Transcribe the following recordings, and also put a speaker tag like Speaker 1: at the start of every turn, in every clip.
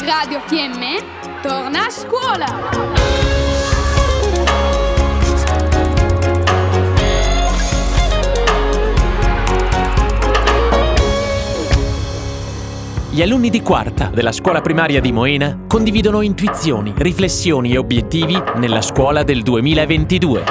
Speaker 1: Radio Fiemme torna a scuola!
Speaker 2: Gli alunni di quarta della scuola primaria di Moena condividono intuizioni, riflessioni e obiettivi nella scuola del 2022.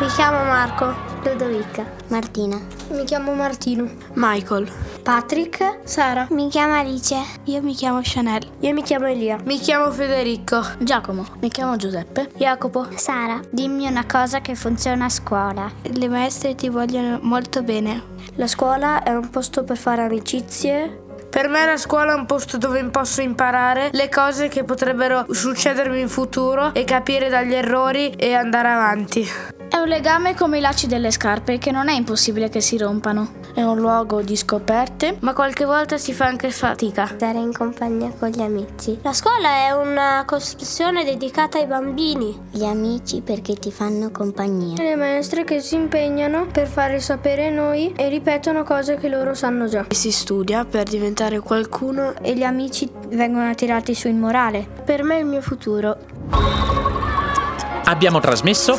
Speaker 3: Mi chiamo Marco. Ludovica.
Speaker 4: Martina.
Speaker 5: Mi chiamo Martino.
Speaker 6: Michael.
Speaker 7: Patrick. Sara.
Speaker 8: Mi chiamo Alice.
Speaker 9: Io mi chiamo Chanel.
Speaker 10: Io mi chiamo Elia.
Speaker 11: Mi chiamo Federico.
Speaker 12: Giacomo. Mi chiamo Giuseppe.
Speaker 13: Jacopo.
Speaker 14: Sara. Dimmi una cosa che funziona a scuola.
Speaker 15: Le maestre ti vogliono molto bene.
Speaker 16: La scuola è un posto per fare amicizie.
Speaker 17: Per me la scuola è un posto dove posso imparare le cose che potrebbero succedermi in futuro e capire dagli errori e andare avanti.
Speaker 18: È un legame come i lacci delle scarpe che non è impossibile che si rompano.
Speaker 19: È un luogo di scoperte, ma qualche volta si fa anche fatica.
Speaker 20: Stare in compagnia con gli amici.
Speaker 9: La scuola è una costruzione dedicata ai bambini.
Speaker 17: Gli amici perché ti fanno compagnia.
Speaker 8: Le maestre che si impegnano per fare sapere noi e ripetono cose che loro sanno già.
Speaker 14: Si studia per diventare qualcuno
Speaker 16: e gli amici vengono tirati su in morale.
Speaker 15: Per me è il mio futuro.
Speaker 2: Abbiamo trasmesso